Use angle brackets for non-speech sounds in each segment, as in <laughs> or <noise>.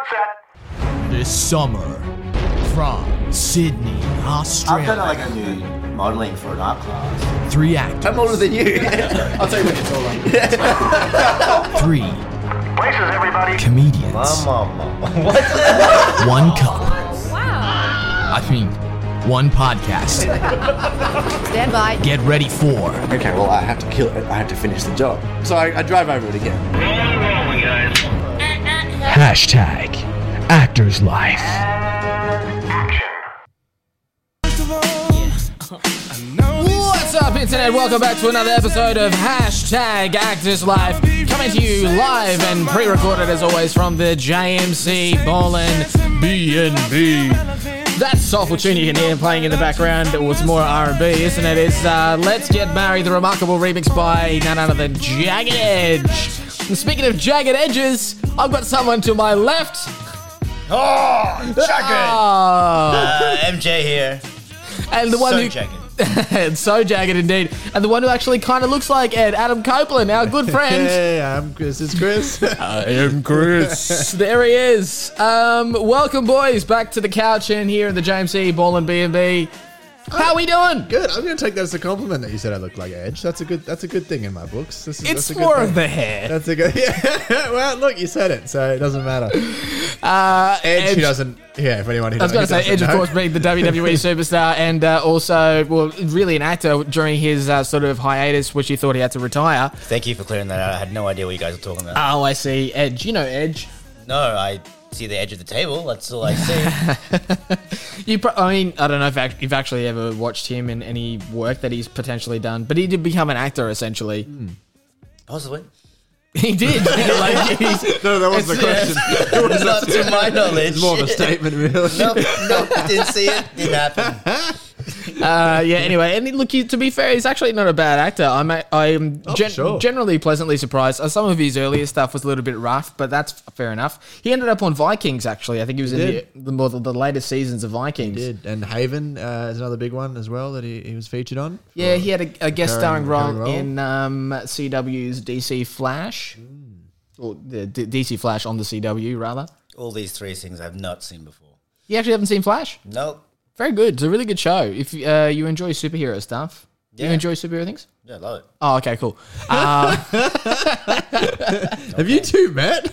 upset. This summer from Sydney, I've done Australia. like a new modelling for an art class. Three actors, I'm older than <laughs> you. I'll tell you what you're taller. three Places, everybody. comedians, Mama. one cup. Wow. I mean, one podcast. Stand by. Get ready for Okay, well, I have to kill it. I have to finish the job. So I, I drive over it again. hashtag Actors Life. What's up, Internet? Welcome back to another episode of Hashtag Actors Life. Coming to you live and pre recorded, as always, from the JMC Ballin B&B. That soulful tune you can hear playing in the background was more R&B, isn't it? It's uh, Let's Get Married, the remarkable remix by none other than Jagged Edge. And speaking of Jagged Edges, I've got someone to my left. Oh, jagged. Ah, Uh, MJ here. and the one so who... <laughs> jagged. It's so jagged indeed. And the one who actually kind of looks like Ed, Adam Copeland, <laughs> our good friend. Hey, I'm Chris. It's Chris. <laughs> I am Chris. there he is. Um, welcome, boys, back to the couch and here in the James E. Ball and B&B. How we doing? good. I'm gonna take that as a compliment that you said I look like Edge. That's a good. That's a good thing in my books. This is, It's that's a more good of thing. the hair. That's a good. <laughs> Yeah. well, look, you said it, so it doesn't matter. Uh, Edge, who doesn't. Yeah, if anyone. Who I was going to say Edge, of course, being the WWE superstar and uh, also, well, really an actor during his uh, sort of hiatus, which he thought he had to retire. Thank you for clearing that out. I had no idea what you guys were talking about. Oh, I see. Edge, you know Edge. No, I see the edge of the table. That's all I <laughs> see. You, pro- I mean, I don't know if act- you've actually ever watched him in any work that he's potentially done, but he did become an actor essentially. Hmm. <laughs> Possibly. He did. <laughs> like, he's- <laughs> No, that wasn't a It's- question. Not to my knowledge. It's more of a <laughs> statement, really. <laughs> Nope, nope, didn't see it. <laughs> Didn't happen. uh, yeah. Anyway, and he- look, he, to be fair, he's actually not a bad actor. I'm, a- I'm gen- Oh, sure. generally pleasantly surprised. Uh, some of his earlier stuff was a little bit rough, but that's f- fair enough. He ended up on Vikings. Actually, I think he was in did. the, the more the, the later seasons of Vikings. Did and Haven uh, is another big one as well that he, he was featured on. Yeah, he had a, a guest starring Recurring- role, recurring role. in um, CW's DC Flash, Hmm. or the D- DC Flash on the CW rather. All these three things I've not seen before. You actually haven't seen Flash? Nope. Very good. It's a really good show. If uh, you enjoy superhero stuff, Do you Yeah. enjoy superhero things. Yeah, love it. Oh, okay, cool. Have you two met?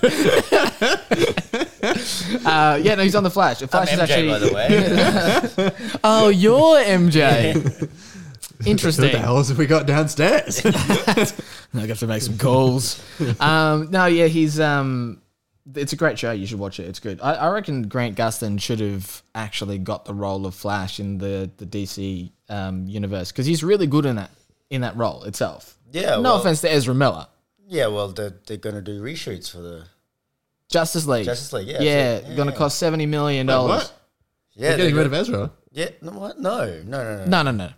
Uh, yeah, no, he's on the Flash. The I'm Flash MJ, is actually. by the way. <laughs> Oh, you're MJ. <laughs> Interesting. what <laughs> the hell have we got <laughs> downstairs? I have to make some calls. um, no, yeah, he's. Um, it's a great show. You should watch it. It's good. I, I reckon Grant Gustin should have actually got the role of Flash in the the DC um, universe because he's really good in that in that role itself. Yeah, No well- offense to Ezra Miller. yeah, well, they're, they're going to do reshoots for the. Justice League. Justice League, yeah, Yeah, that's it. gonna Yeah. cost seventy million dollars. what? Yeah, Getting they're rid of Ezra. Yeah, no, what? No, no, no, no. No, no, no.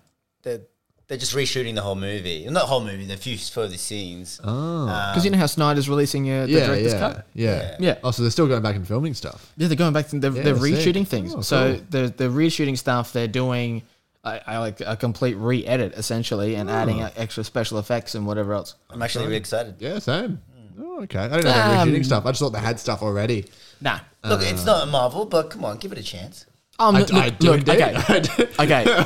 They're, they're just reshooting the whole movie. Not whole movie, the few further scenes. Oh. Because you know how Snyder's releasing uh, the Yeah, director's yeah, cut. yeah, Yeah. Oh, so they're still going back and filming stuff. Yeah, they're going back to they're, Yeah, they're I see. reshooting things. Oh, so cool. they're they're reshooting stuff. They're doing I, I like a complete re-edit essentially and adding uh, extra special effects and whatever else. I'm actually really excited. Yeah, same. Oh, okay. I didn't know they were Um, shooting stuff. I just thought they had stuff already. <laughs> Nah. Look, it's not a Marvel, but come on, give it a chance. Um, I, look, I do look, indeed. <laughs> okay. I do. okay.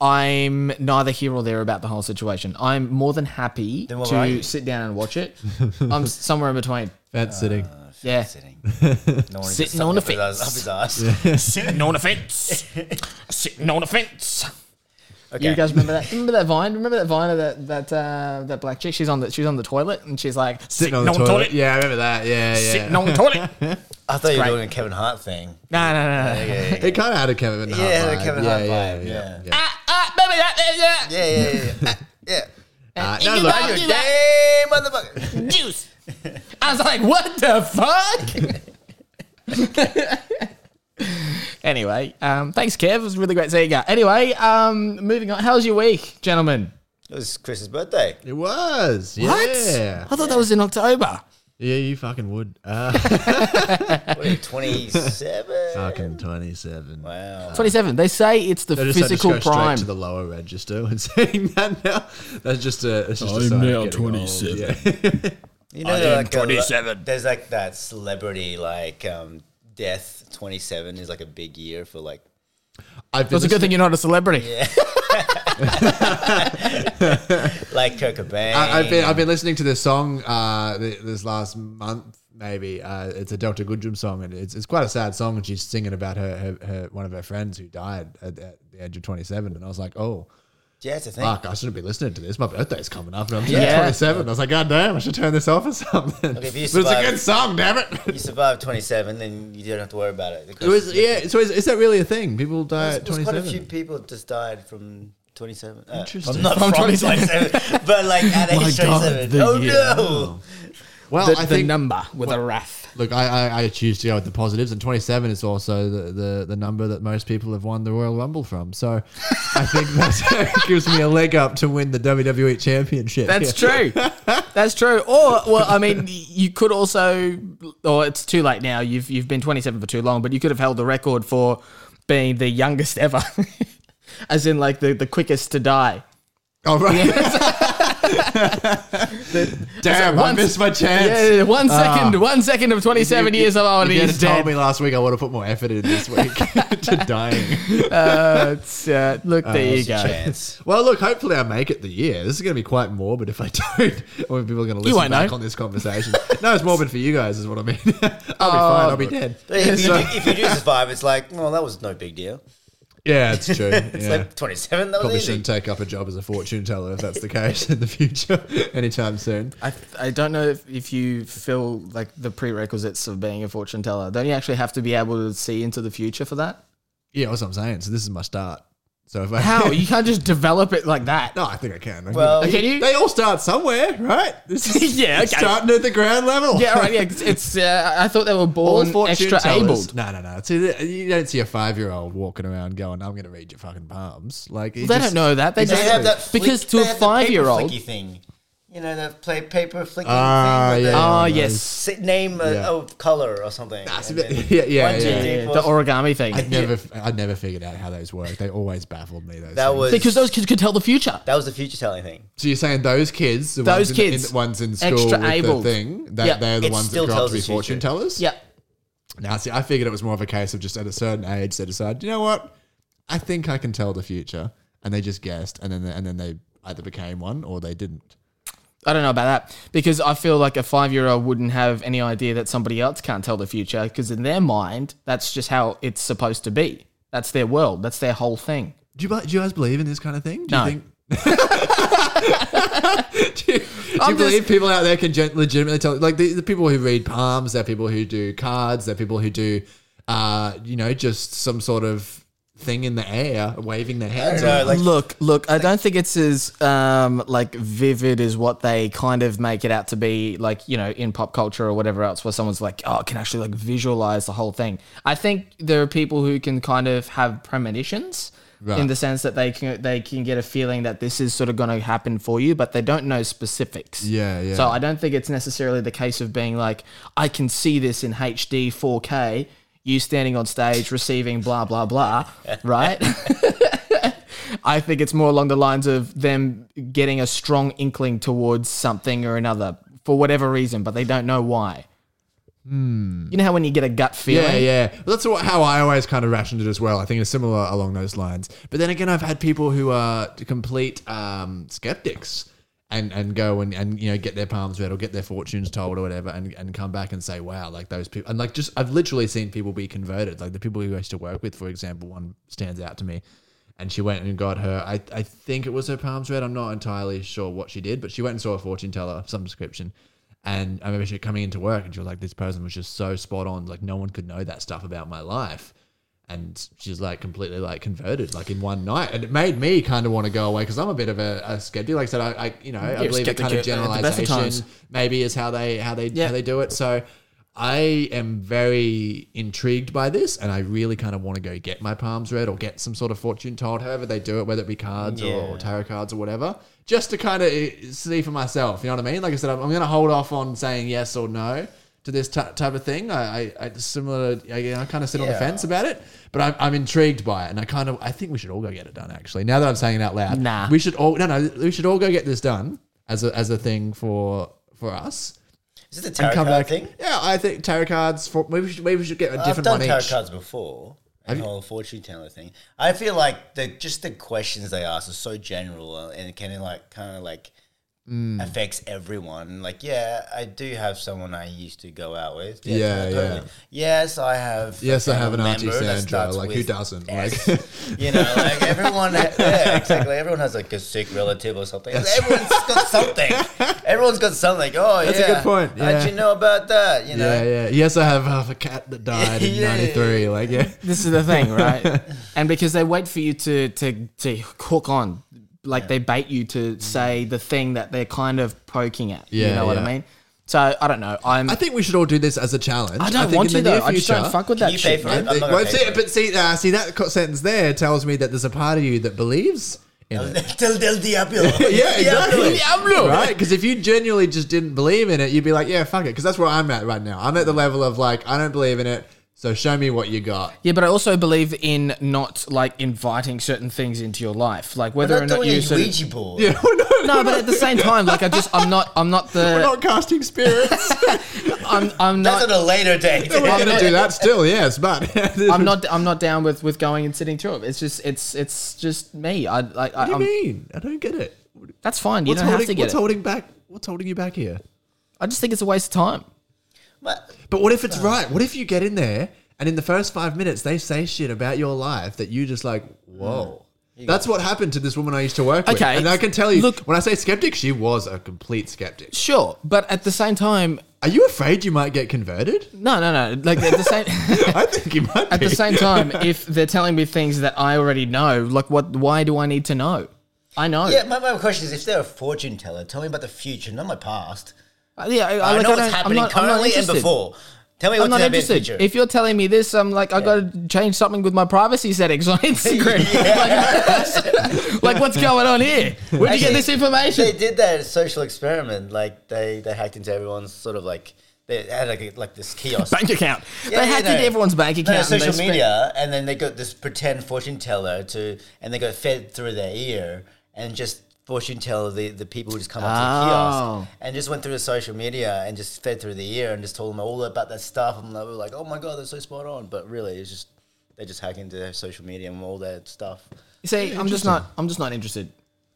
I'm neither here or there about the whole situation. I'm more than happy Then what are to you? sit down and watch it. I'm s- somewhere in between. Fence sitting. Yeah. Sitting. <laughs> No one Sitting on the fence. Up his ass. Sitting on a fence. Sitting on a fence. Okay. You guys remember that? Remember that vine? Remember that vine of that that uh, that black chick? She's on the she's on the toilet and she's like Sitting on the toilet. Yeah, I remember that. Yeah, yeah. Sitting on the toilet. <laughs> I thought you were great. doing a Kevin Hart thing. No, no, no, no. Yeah, yeah, <laughs> It kind of had a Kevin Hart Yeah, vibe. the Kevin Hart vibe, yeah. Ah, ah, baby, ah, ah, ah. yeah, yeah, <laughs> yeah, yeah. yeah. Uh, You no, look, love You're you, a gay motherfucker. Juice. I was like, what the fuck? <laughs> anyway, um, thanks, Kev. It was really great seeing you. Anyway, um, moving on. How was your week, gentlemen? It was Chris's birthday. it was. Yeah. I thought that was in October. Yeah, you fucking would. Uh, What <laughs> are you, 27? fucking 27. Wow. 27. They say it's the I just, I just physical go straight prime. to the lower register when <laughs> saying that now. That's just a. It's just a sign of getting old, <laughs> yeah. You know, I like 27. there's like that celebrity, like, um, death, 27 is like a big year for like. I've been That's a good thing you're not a celebrity. Like Kurt Cobain. I, have been I've been listening to this song uh, th- this last month. Maybe uh, it's a Dr. Goodrum song, and it's, it's quite a sad song. And she's singing about her, her, her one of her friends who died at, at the age of twenty seven. And I was like, oh yeah, it's a thing. fuck, I shouldn't be listening to this. My birthday's coming up, and I'm just Yeah. twenty seven. I was like, god damn, I should turn this off or something. Okay, if but you it's a survive- good song, damn it. You survive 27, then you don't have to worry about it. It was yeah. So is, is that really a thing? People die at There's twenty quite a few seven. people just died from 27. Uh, Interesting. From, not From from 27. 27, but like at My age 27. God, the oh year. no! Well, The, I the think number with a wrath. look, I, I I choose to go with the positives, and twenty seven is also the, the the number that most people have won the Royal Rumble from. So I think <laughs> that <laughs> gives me a leg up to win the WWE Championship. That's true. That's true. Or well, I mean, you could also, or it's too late now. You've you've been 27 for too long, but you could have held the record for being the youngest <laughs> ever, as in like the, the quickest to die. All right. <laughs> Damn, I Once- missed my chance. Yeah, yeah, one second, one second of 27 Ah. You- years of old, If he you is had told dead. me last week, I would have put more effort in this <laughs> week <laughs> to dying. It's, uh, look, Ah, there you go. Chance. Well, look, hopefully I make it the year. This is going to be quite morbid if I don't. <laughs> Or people are going to listen won't back know. on this conversation. no, it's morbid for you guys, is what I mean. <laughs> I'll be Oh, fine. I'll be dead. But if, you So- do, if you <laughs> do survive, it's like, well, that was no big deal. yeah, it's <laughs> true. It's Yeah. like 27, that was Probably easy. shouldn't take up a job as a fortune teller if that's the case in the future <laughs> anytime soon. I, I don't know if, if you fill like the prerequisites of being a fortune teller. Don't you actually have to be able to see into the future for that? Yeah, that's what I'm saying. So this is my start. So if I <laughs> How <laughs> you can't just develop it like that. No, I think I can. I Well, can Can you? they all start somewhere, right? This is <laughs> Yeah, okay. starting at the ground level. Yeah, right. Yeah, it's. it's uh, I thought they <laughs> were All born fortune extra tellers. abled. No, no, no. See, th- you don't see a five-year-old walking around going, "I'm going to read your fucking palms." Like They don't know that. They They just have that flick, because to they a have the paper five-year-old. flicky thing. You know, that play paper flicking <laughs> Ah, thing. with the- yeah. Oh Yeah, yes, Say- Name a, Yeah. a color or something. That's a bit- <laughs> yeah, yeah, yeah. Yeah, the origami thing. I never, I never figured out how those work. They always baffled me. Those That things. was because those kids could tell the future. that was the future telling thing. So you're saying those kids, the Those ones in- kids. in, ones in school Extra with abled. the thing, that Yeah. they're the It ones that still grow up tells to be the future. fortune tellers. Yeah, Now, see, I figured it was more of a case of just at a certain age they decide, you know what, I think I can tell the future, and they just guessed, and then they, and then they either became one or they didn't. I don't know about that because I feel like a five-year-old wouldn't have any idea that somebody else can't tell the future because in their mind that's just how it's supposed to be. That's their world. That's their whole thing. Do you, bu- do you guys believe in this kind of thing? <laughs> Do No. you <laughs> do you, do you I'm just- believe people out there can gen- legitimately tell? Like the, the people who read palms, they're people who do cards, they're people who do, uh, you know, just some sort of thing in the air, waving their hands. No, like look, look, I don't think it's as um, like vivid as what they kind of make it out to be, like you know, in pop culture or whatever else, where someone's like, "Oh, I can actually like visualize the whole thing." I think there are people who can kind of have premonitions in Right. the sense that they can they can get a feeling that this is sort of going to happen for you, but they don't know specifics. Yeah, yeah. So I don't think it's necessarily the case of being like, I can see this in HD 4K. You standing on stage receiving blah blah blah, <laughs> right? I think it's more along the lines of them getting a strong inkling towards something or another for whatever reason, but they don't know why. You know how when you get a gut feeling? Yeah, yeah. Well, that's what, how I always kind of rationed it as well. I think it's similar along those lines. But then again, I've had people who are complete um, skeptics and, and go and, and you know get their palms read or get their fortunes told or whatever and, and come back and say, wow, like those people. And like just, I've literally seen people be converted. Like the people who I used to work with, for example, one stands out to me. And she went and got her, I, I think it was her palms read. I'm not entirely sure what she did, but she went and saw a fortune teller of some description. And I remember she coming into work and she was like, this person was just so spot on. Like, no one could know that stuff about my life. And she's like completely like converted, like in one night. And it made me kind of want to go away because I'm a bit of a, a skeptic. Like I said, I, I you know, I You're a believe it skeptic kind of at- at the best of times. generalization maybe is how they, how they, Yeah. how they do it. So I am very intrigued by this and I really kind of want to go get my palms read or get some sort of fortune told, however they do it, whether it be cards or, or Yeah. tarot cards or whatever, just to kind of eh, see for myself. You know what I mean? Like I said, I'm, I'm going to hold off on saying yes or no to this ty type of thing. I, I, I similar, I, you know, I kind of sit on the Yeah. fence about it, but I'm, I'm intrigued by it, and I kind of, I think we should all go get it done. Actually, now that I'm saying it out loud, Nah. we should all, no, no, we should all go get this done as a as a thing for for us. Is this a and tarot come card back. thing? Yeah, I think tarot cards. For, maybe we should maybe we should get a I've different done one tarot each. cards before. The whole fortune teller thing. I feel like the just the questions they ask are so general uh, and it can like kind of like Hmm. affects everyone. Like, yeah, I do have someone I used to go out with. Yeah, totally. yeah. Yes, I have. Yes, I a have an auntie member that Sandra, starts like, who with doesn't? S. <laughs> Like- you know, <laughs> like everyone. Yeah, exactly. Everyone has like a sick relative or something. Everyone's got something. Everyone's got something. Oh, That's a yeah. good point, yeah. How'd you know about that? You know. Yeah, yeah. Yes, I have half a cat that <laughs> died in Yeah. '93. Like, yeah, This is the thing, right? <laughs> and because they wait for you to to to hook on, like they bait you to say the thing that they're kind of poking at. you Yeah, know what I yeah. mean? So I don't know. I'm. I think we should all do this as a challenge. I don't think want in to the though. near I just don't future- fuck with that you pay shit. for man. it? I'm not well, gonna see, pay for but see, uh, see that co- sentence there tells me that there's a part of you that believes <laughs> in it. Till del <laughs> Diablo. <laughs> Yeah, exactly. Diablo. Right? Because if you genuinely just didn't believe in it, you'd be like, yeah, fuck it. Because that's where I'm at right now. I'm at the level of like, I don't believe in it. So show me what you got. Yeah, but I also believe in not like inviting certain things into your life, like whether or not not doing you. a Sort of, Ouija board. Yeah, <laughs> we're not, no, but at the same time, like I just, I'm not, I'm not we're the, not casting <laughs> spirits. I'm, I'm That's not, on a later <laughs> date. we're going to do that still, yes. But <laughs> I'm not, I'm not down with with going and sitting through it. It's just, it's, it's just me. I like, What I, do I'm, you mean? I don't get it. that's fine. You What's, don't have to holding, get what's it. holding back? What's holding you back here? I just think it's a waste of time. But But what if it's right? What if you get in there and in the first five minutes they say shit about your life that you just like, Mm. whoa. That's what happened to this woman I used to work with. Okay, And I can tell you, look- when I say skeptic, she was a complete skeptic. Sure, but at the same time, Are you afraid you might get <laughs> converted? no, no, no. Like at the same. <laughs> I think you might At be. the same time, if they're telling me things that I already know, like what? Why do I need to know? I know. yeah, my, my question is if they're a fortune teller, tell me about the future, not my past. Uh, yeah. I, I like, know don't- what's happening I'm not, I'm not currently and interested. before. Tell me I'm what's not happening in the interested. future. If you're telling me this, I'm like, I got to change something with my privacy settings <laughs> on <laughs> Instagram. like, like, what's going on here? Where'd you get Actually, this they information? did that social experiment, like they, they hacked into everyone's sort of like they had like, a- like this kiosk. Bank account. Yeah, they yeah, hacked no. into everyone's bank No, account. and social they spent- media, and then they got this pretend fortune teller to, and they got fed through their ear, and just fortune teller the, the people who just come up to the Oh. kiosk, and just went through the social media and just fed through the ear and just told them all about that stuff, and they were like, "Oh my god, that's so spot on!" But really, it's just they just hack into their social media and all that stuff. See, I'm just not. I'm just not interested.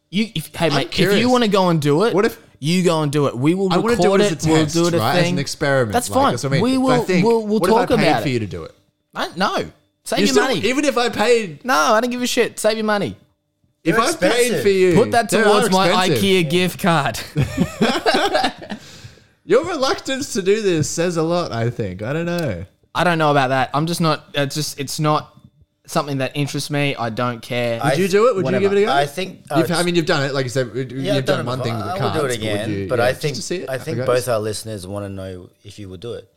You, if, hey mate, if curious. you want to go and do it, What if- you go and do it? We will I record want to do it as a it. test, we'll do it a right? thing. As an experiment. That's like, fine. that's what I mean. We If will. I think, we'll we'll what if talk I paid about for it. you to do it? I- no, save You your still- money. Even if I paid, no, I don't give a shit. Save your money. if They're I paid expensive. for you, Put that they are towards my expensive. IKEA gift card. <laughs> Your reluctance to do this says a lot. I think. I don't know. I don't know about that. I'm just not. It's just. It's not something that interests me. I don't care. I- Would you do it? Would Whatever. you give it a go? I think. uh, You've, I mean, you've done it. Like you said, you've yeah, I've done, done it one before. thing with the I will cards. do it but would again, you- but yeah, I just think to see it, I think guess. both our listeners want to know if you will do it.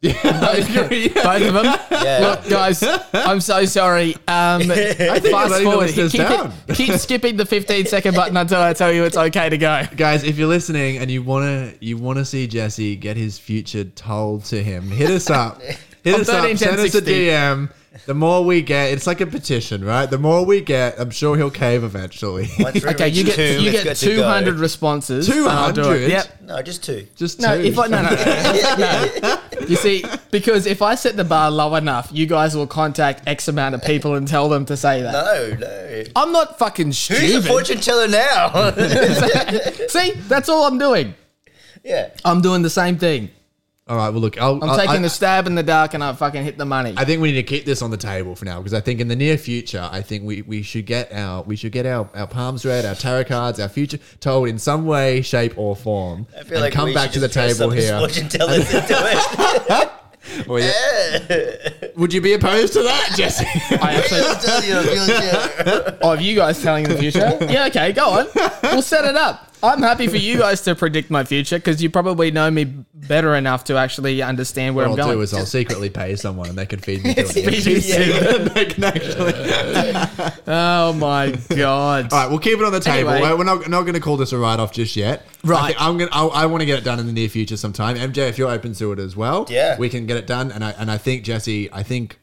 Both of them. Yeah. Look, guys, I'm so sorry. Um, <laughs> fast letting the forward. listeners Keep, it- down. keep skipping the 15 <laughs> second button until I tell you it's okay to go. Guys, if you're listening and you wanna you wanna see Jesse get his future told to him, hit us <laughs> up. Hit On us up. 13, Send us a 1060. DM. The more we get, it's like a petition, right? The more we get, I'm sure he'll cave eventually. <laughs> Once we Okay, you reach get two, you it's get good to go. 200 responses. and I'll do it. 200? Yep. No, just two. Just No, two. if I, no, no, no, no. You see, because if I set the bar low enough, you guys will contact X amount of people and tell them to say that. No, no. I'm not fucking Who's the stupid. fortune teller <laughs> now? See, that's all I'm doing. <laughs> yeah. I'm doing the same thing. All right, well look, I'll, I'm I'll- taking I- the stab in the dark and I fucking hit the money. I think we need to keep this on the table for now because I think in the near future, I think we, we should get our we should get our, our palms read, our tarot cards, our future told in some way, shape, or form, I feel and like come we should back to the just dress table up as <laughs> here. Fortune tellers and do <laughs> it. <laughs> Well, yeah. Would you be opposed to that, Jesse? I actually, Tell you, feel it. oh, have you guys telling the future? <laughs> yeah, okay, go on. We'll set it up. I'm happy for you guys to predict my future because you probably know me better enough to actually understand where what I'll I'm do going. is I'll secretly pay someone and they can <laughs> feed me to it. <laughs> BBC. oh my <laughs> god! All right, we'll keep it on the table. Anyway. We're- We're not, not going to call this a write off just yet. Right. I think I'm gonna. I, I want to get it done in the near future sometime. MJ, if you're open to it as well, Yeah. we can get it done. And I and I think Jesse, I think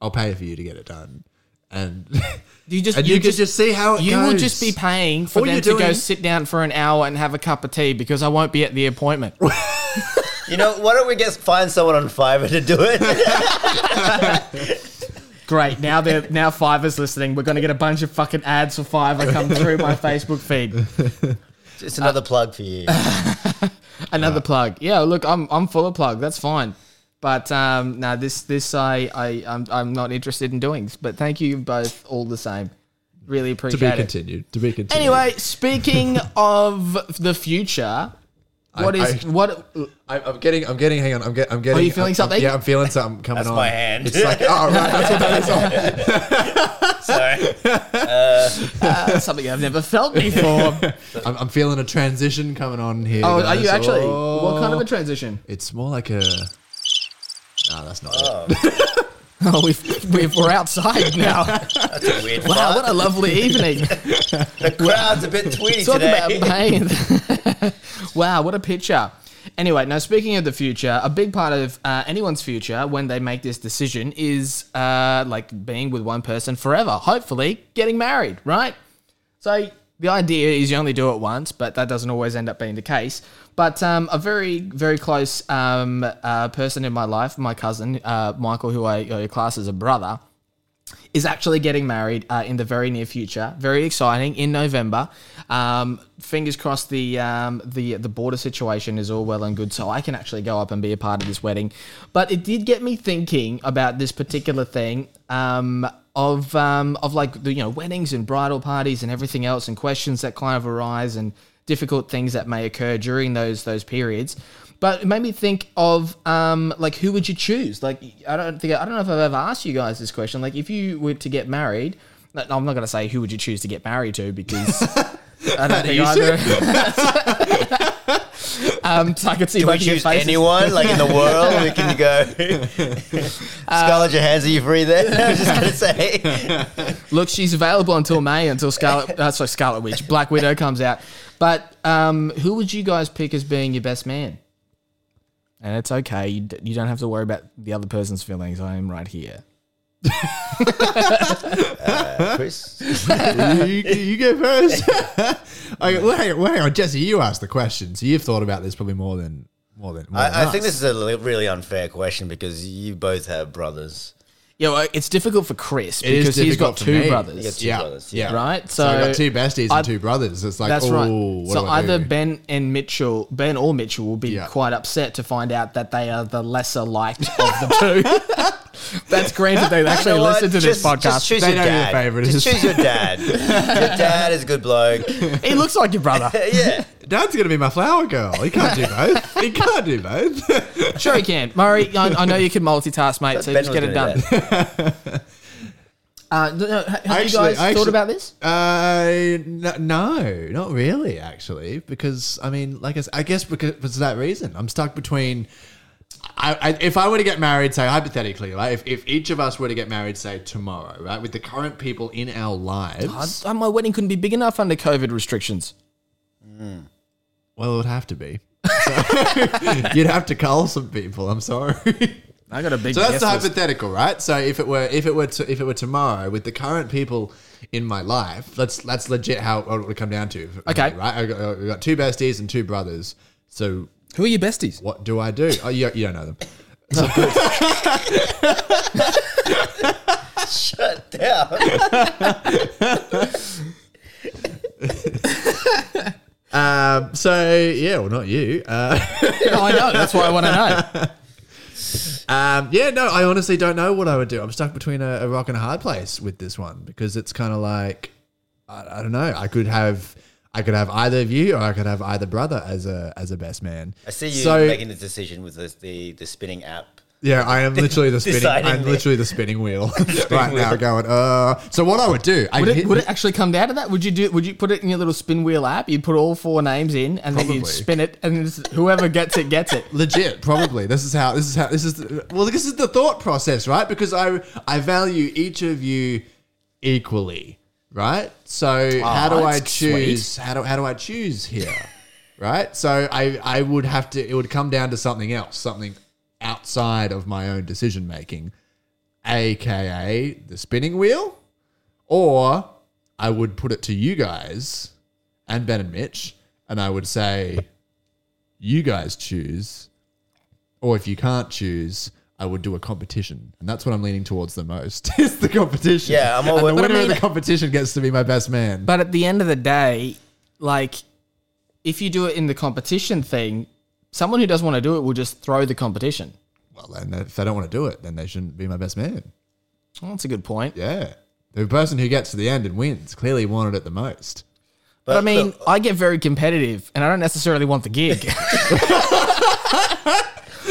I'll pay for you to get it done. and <laughs> You just and you, you, could just, just see how it you will just be goes. paying for All them you're to go doing- sit down for an hour and have a cup of tea because I won't be at the appointment. You know, why don't we just find someone on Fiverr to do it? <laughs> Great. Now they're now Fiverr's listening. We're gonna get a bunch of fucking ads for Fiverr come through <laughs> my Facebook feed. it's another plug for you. Another plug. Yeah, look, I'm I'm full of plug. That's fine. But um, no, this this I I I'm, I'm not interested in doing. But thank you both all the same. Really to be appreciate it. continued. To be continued. Anyway, speaking <laughs> of the future, what is I- what? I, I'm getting, I'm getting, hang on, I'm, get, I'm getting. you feeling I'm- something? yeah, I'm feeling something coming That's on. my hand. It's like, oh, right, <laughs> that's what <laughs> that is. Oh, <laughs> Sorry. That's uh, something I've never <laughs> felt before. I'm, I'm feeling a transition coming on here. oh, are you guys. actually? Oh. What kind of a transition? It's more like a. No, that's not it. <laughs> Oh, we've, we've, we're outside now. That's a weird <laughs> Wow, fart. what a lovely evening. The crowd's a bit tweety Talk today. <laughs> about pain. <laughs> wow, what a picture. Anyway, now speaking of the future, a big part of uh, anyone's future when they make this decision is uh, like being with one person forever. Hopefully, getting married, right? So the idea is you only do it once, but that doesn't always end up being the case. But um, a very, very close um, uh, person in my life, my cousin uh, Michael, who I uh, class as a brother, is actually getting married uh, in the very near future. Very exciting in November. Um, fingers crossed the um, the the border situation is all well and good, so I can actually go up and be a part of this wedding. But it did get me thinking about this particular thing um, of um, of like the you know weddings and bridal parties and everything else, and questions that kind of arise and difficult things that may occur during those those periods. But it made me think of um, like who would you choose? Like I don't think I don't know if I've ever asked you guys this question. Like if you were to get married, no, I'm not going to say who would you choose to get married to because <laughs> I don't think either. <laughs> um, so I could see Do we both of your choose faces. anyone, like in the world? We can <laughs> go. <laughs> Scarlett Johansson, are you free there? <laughs> I was just gonna <laughs> say. Look, she's available until May until Scarlet. That's like Scarlet Witch, Black Widow comes out. But um, who would you guys pick as being your best man? And it's okay. You, d- you don't have to worry about the other person's feelings. I am right here. Chris, Oh. you, you go first. <laughs> I, well, hang on, well, hang on, Jesse, you asked the question, so you've thought about this probably more than more than. More than I, I us. think this is a li- really unfair question because you both have brothers. Yeah, well, it's difficult for Chris It is because he's got difficult for two me. brothers, You got two yeah, brothers, yeah, right? So, So, I got two besties I- and two brothers. It's like, that's oh, right. what So do I either do? Ben and Mitchell, Ben or Mitchell, will be Yeah. quite upset to find out that they are the lesser liked of the two. <laughs> That's granted they actually You know what? listen to this Just- Just podcast. choose They your know who the dad. favourite Just is. choose your <laughs> dad. your dad is a good bloke. he looks like your brother. <laughs> yeah. Dad's gonna be my flower girl. He can't <laughs> do both. he can't do both. Sure, you can. Murray, I, I know you can multitask, mate, so Ben just was get it gonna done. do that. <laughs> Uh, no, no, ha- have you Actually- guys thought actually- about this? Uh, no, no, not really, actually, because I mean, like I, s- I guess because for that reason, I'm stuck between. I, I, if I were to get married, say hypothetically, right? If, if each of us were to get married, say tomorrow, right, with the current people in our I, lives, I- my wedding couldn't be big enough under COVID restrictions. well, it would have to be. <laughs> So, you'd have to cull some people. I'm sorry. <laughs> I got a big. So that's the guess list. hypothetical, right? So if it were if it were to, if it were tomorrow with the current people in my life, that's that's legit how it would come down to. Okay. right? I got, I got two besties and two brothers. So Who are your besties? <laughs> what do I do? Oh, you, you don't know them. Shut down. Um, so yeah, well, not you. Uh, oh, I know. That's why I want to know. um, yeah, no, I honestly don't know what I would do. I'm stuck between a, a rock and a hard place with this one because it's kind of like I, I don't know. I could have. I could have either of you, or I could have either brother as a as a best man. I see you So- making a decision with the, the, the spinning app. Yeah, I <laughs> am literally the spinning. Deciding I'm the- literally <laughs> the spinning wheel right now, going. Uh, so what I would do? I Would it, hit- would it actually come down to that? Would you do? Would you put it in your little spin wheel app? You'd put all four names in, and then you'd Probably. spin it, and it's- whoever gets it gets it. legit probably this is how this is how this is well this is the thought process right because i i value each of you equally right so how do i that's sweet. choose how do how do i choose here right so i i would have to it would come down to something else something outside of my own decision making aka the spinning wheel Or I would put it to you guys and Ben and Mitch, and I would say, you guys choose. Or if you can't choose, I would do a competition. And that's what I'm leaning towards the most <laughs> is the competition. Yeah, I'm all with- and the But I winner of mean- the competition gets to be my best man. <laughs> But at the end of the day, like, if you do it in the competition thing, someone who doesn't want to do it will just throw the competition. well, then if they don't want to do it, then they shouldn't be my best man. Well, that's a good point. Yeah. The person who gets to the end and wins clearly wanted it the most. But I mean, I get very competitive, and I don't necessarily want the <laughs> gig.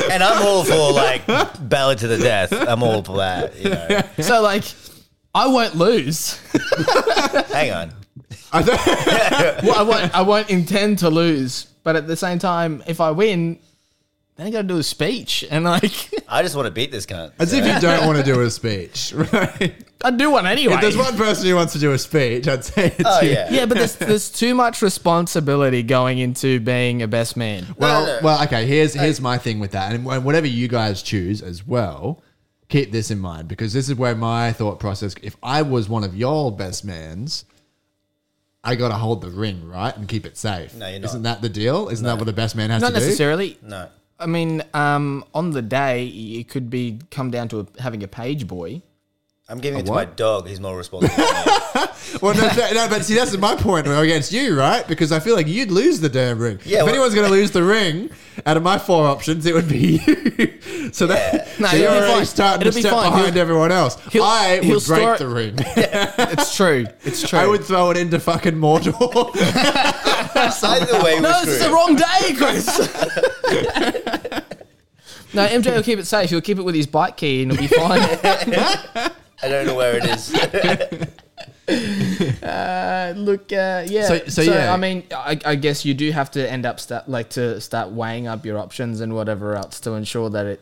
And I'm all for <laughs> like ballad to the death. I'm all for that. You know. so like, I won't lose. Hang on. Well, I won't. I won't intend to lose. But at the same time, if I win, then I got to do a speech, and like, <laughs> I just want to beat this cunt. <laughs> As if you don't want to do a speech, <laughs> right? I do one anyway. If there's one person who wants to do a speech, I'd say it's Oh you. yeah. yeah, but there's there's too much responsibility going into being a best man. Well, No, no. well, okay. Here's here's my thing with that, and wh- whatever you guys choose as well, keep this in mind because this is where my thought process. If I was one of your best mans, I gotta hold the ring right and keep it safe. No, you're not. Isn't that the deal? Isn't that what the best man has Not to do? necessarily. No. I mean, um, on the day, it could be come down to a, having a <laughs> page boy. I'm giving it to what? my dog. He's more responsible. Well, <laughs> no, no, no, but see, that's my point against you, right? Because I feel like you'd lose the damn ring. Yeah, if well- anyone's going to lose the ring, out of my four options, it would be <laughs> you. so that No, so it'll you're be already fine. starting It'll to be step fine. behind everyone else. he'll- I he'll would break start- the ring. It's true. It's true. I would throw it into fucking Mordor. <laughs> Either way, we're no, screwed. this is the wrong day, Chris. <laughs> no, MJ will keep it safe. He'll keep it with his bike key, and it'll be fine. <laughs> I don't know where it <laughs> is. Look, uh, yeah. So- so, yeah. I mean, I, I guess you do have to end up start like to start weighing up your options and whatever else to ensure that it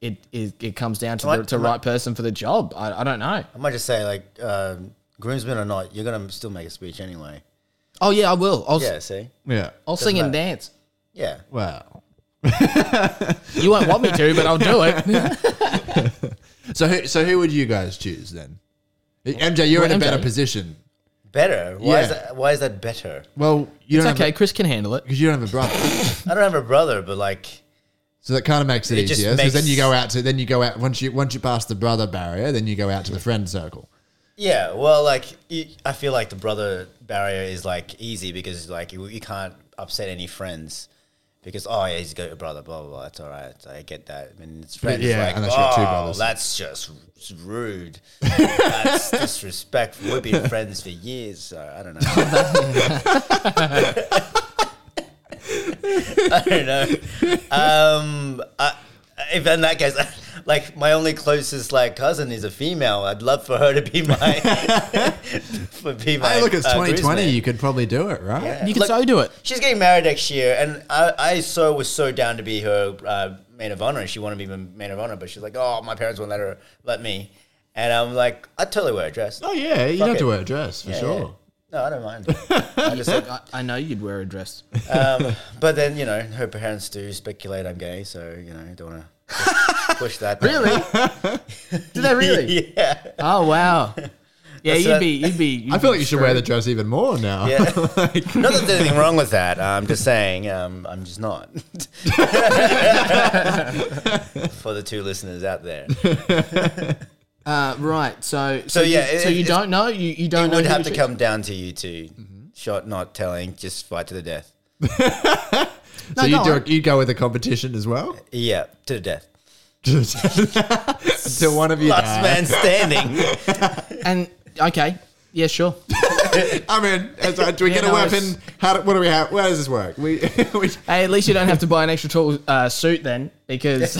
it it, it comes down to Might- the to might- right person for the job. I, I don't know. I might just say like, um, groomsmen or not, you're gonna still make a speech anyway. Oh yeah, I will. I'll Yeah. See. yeah. I'll sing and dance. Yeah. <laughs> Wow. You won't want me to, but I'll do <laughs> it. So who, so who would you guys choose then? MJ, you're Well, in a MJ. better position. Better. Why is Yeah. that? Why is that better? Well, you It's don't okay. have Chris can handle it. because you don't have a brother. I don't have a brother, but like, So that kind of makes it, It just easier. Because then makes- you go out to then you go out once you once you pass the brother barrier, then you go out to the friend circle. yeah. Well, like, y- I feel like the brother barrier is like easy because like you, you can't upset any friends. Because oh yeah, he's got a brother, blah blah blah. That's all right. I get that. And it's friends yeah, like, unless you oh, got two brothers." that's just <laughs> rude. that's disrespectful. We've been friends for years, so I don't <laughs> know. I <laughs> don't know. Um, I, if in that case, <laughs> like my only closest like cousin is a female. I'd love for her to be <laughs> my. for be my Hey, look, it's uh, twenty twenty. groomsman. You could probably do it, right? You can Look- so do it. She's getting married next year, and I, I so was so down to be her uh, maid of honor. She wanted to be my maid of honor, but she's like, "Oh, my parents won't let her let me." And I'm like, "I totally wear a dress. Oh yeah, Fuck you don't have it. to wear a dress for sure. No, I don't mind." I just <laughs> said, I, I know you'd wear a dress. but then you know, her parents do speculate I'm gay, so you know, don't <laughs> want to push that. <laughs> Really? Did they really? <laughs> yeah. Oh wow. Yeah, That's you'd a- be, you'd be. You'd I feel be like you should wear the dress even more now. <laughs> Yeah. Not that there's anything wrong with that. I'm just saying, um, I'm just <laughs> not. For the two listeners out <laughs> there, Uh, right. So So, so, yeah. yeah, it- so you it's- don't know. You you don't it know would who have you to should- come down to you 2 shot not telling, just fight to the death. So you go do on. it, you go with a competition as <laughs> well. <laughs> Yeah, to the <laughs> death. Until one of you Last dies. man standing. And okay. Yeah, sure. I mean, it's like, do we Yeah, get a no, it's- weapon? How do, what do we have? Where does this work? We, <laughs> we Hey, at least you don't have to buy an extra tall uh, suit then, <laughs> because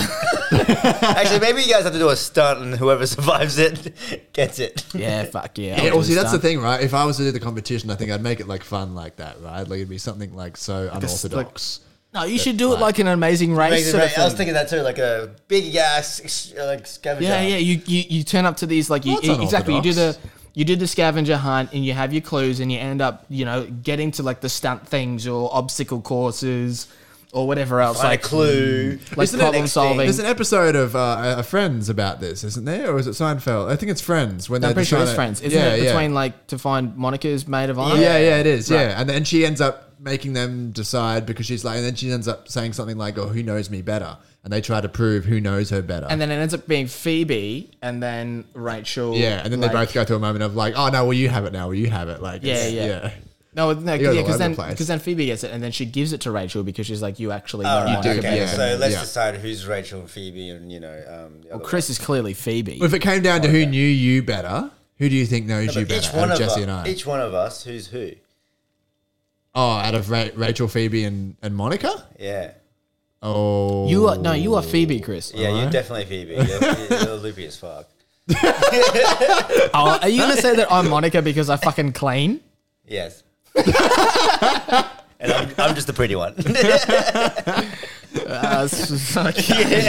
Actually, maybe you guys have to do a stunt, and whoever <laughs> survives it gets it. yeah, fuck yeah. Yeah, well, see, that's the thing. thing, right? If I was to do the competition, I think I'd make it like fun, like that, right? Like it'd be something like so unorthodox. No, you should do it like an amazing race. sort of I was thing. thinking that too, like a big ass like scavenger. Yeah, yeah. You, you you turn up to these like you e, Well, that's exactly. You do the unorthodox. you do the scavenger hunt and you have your clues and you end up you know getting to like the stunt things or obstacle courses or whatever else, Find like a clue. like Isn't it next problem thing? solving. There's an episode of uh, uh, Friends about this, isn't there? Or is it Seinfeld? I think it's Friends. When I'm they're pretty sure trying it's to- friends, isn't yeah, it? yeah. Between like to find Monica's maid of honor. Yeah, yeah, it is. Yeah, and then she ends up making them decide because she's like, and then she ends up saying something like, "Oh, who knows me better?" And they try to prove who knows her better. And then it ends up being Phoebe, and then Rachel. yeah, and then they like- both go through a moment of like, "Oh no, well you have it now. Well you have it." Like, it's- Yeah, yeah. No, no, goes yeah, all over because then the place. because then Phoebe gets it, and then she gives it to Rachel because she's like, "You actually know All right, Monica do, better okay. yeah. than So let's Yeah. decide who's Rachel and Phoebe, and you know, um, the other Chris is clearly Phoebe. If it came down Oh, to who knew you better, who do you think knows one. you better? each one out of of Jesse us, and I. each one of us, who's who? oh, out of Ra- Rachel, Phoebe, and, and Monica. Yeah, Oh, You are no, you are Phoebe, Chris. yeah, you're definitely Phoebe. You're, you're, you're loopy as fuck. Oh, are you gonna say that I'm Monica because I fucking clean? Yes. and I'm, I'm just the pretty one. <laughs> Uh, s- s- okay.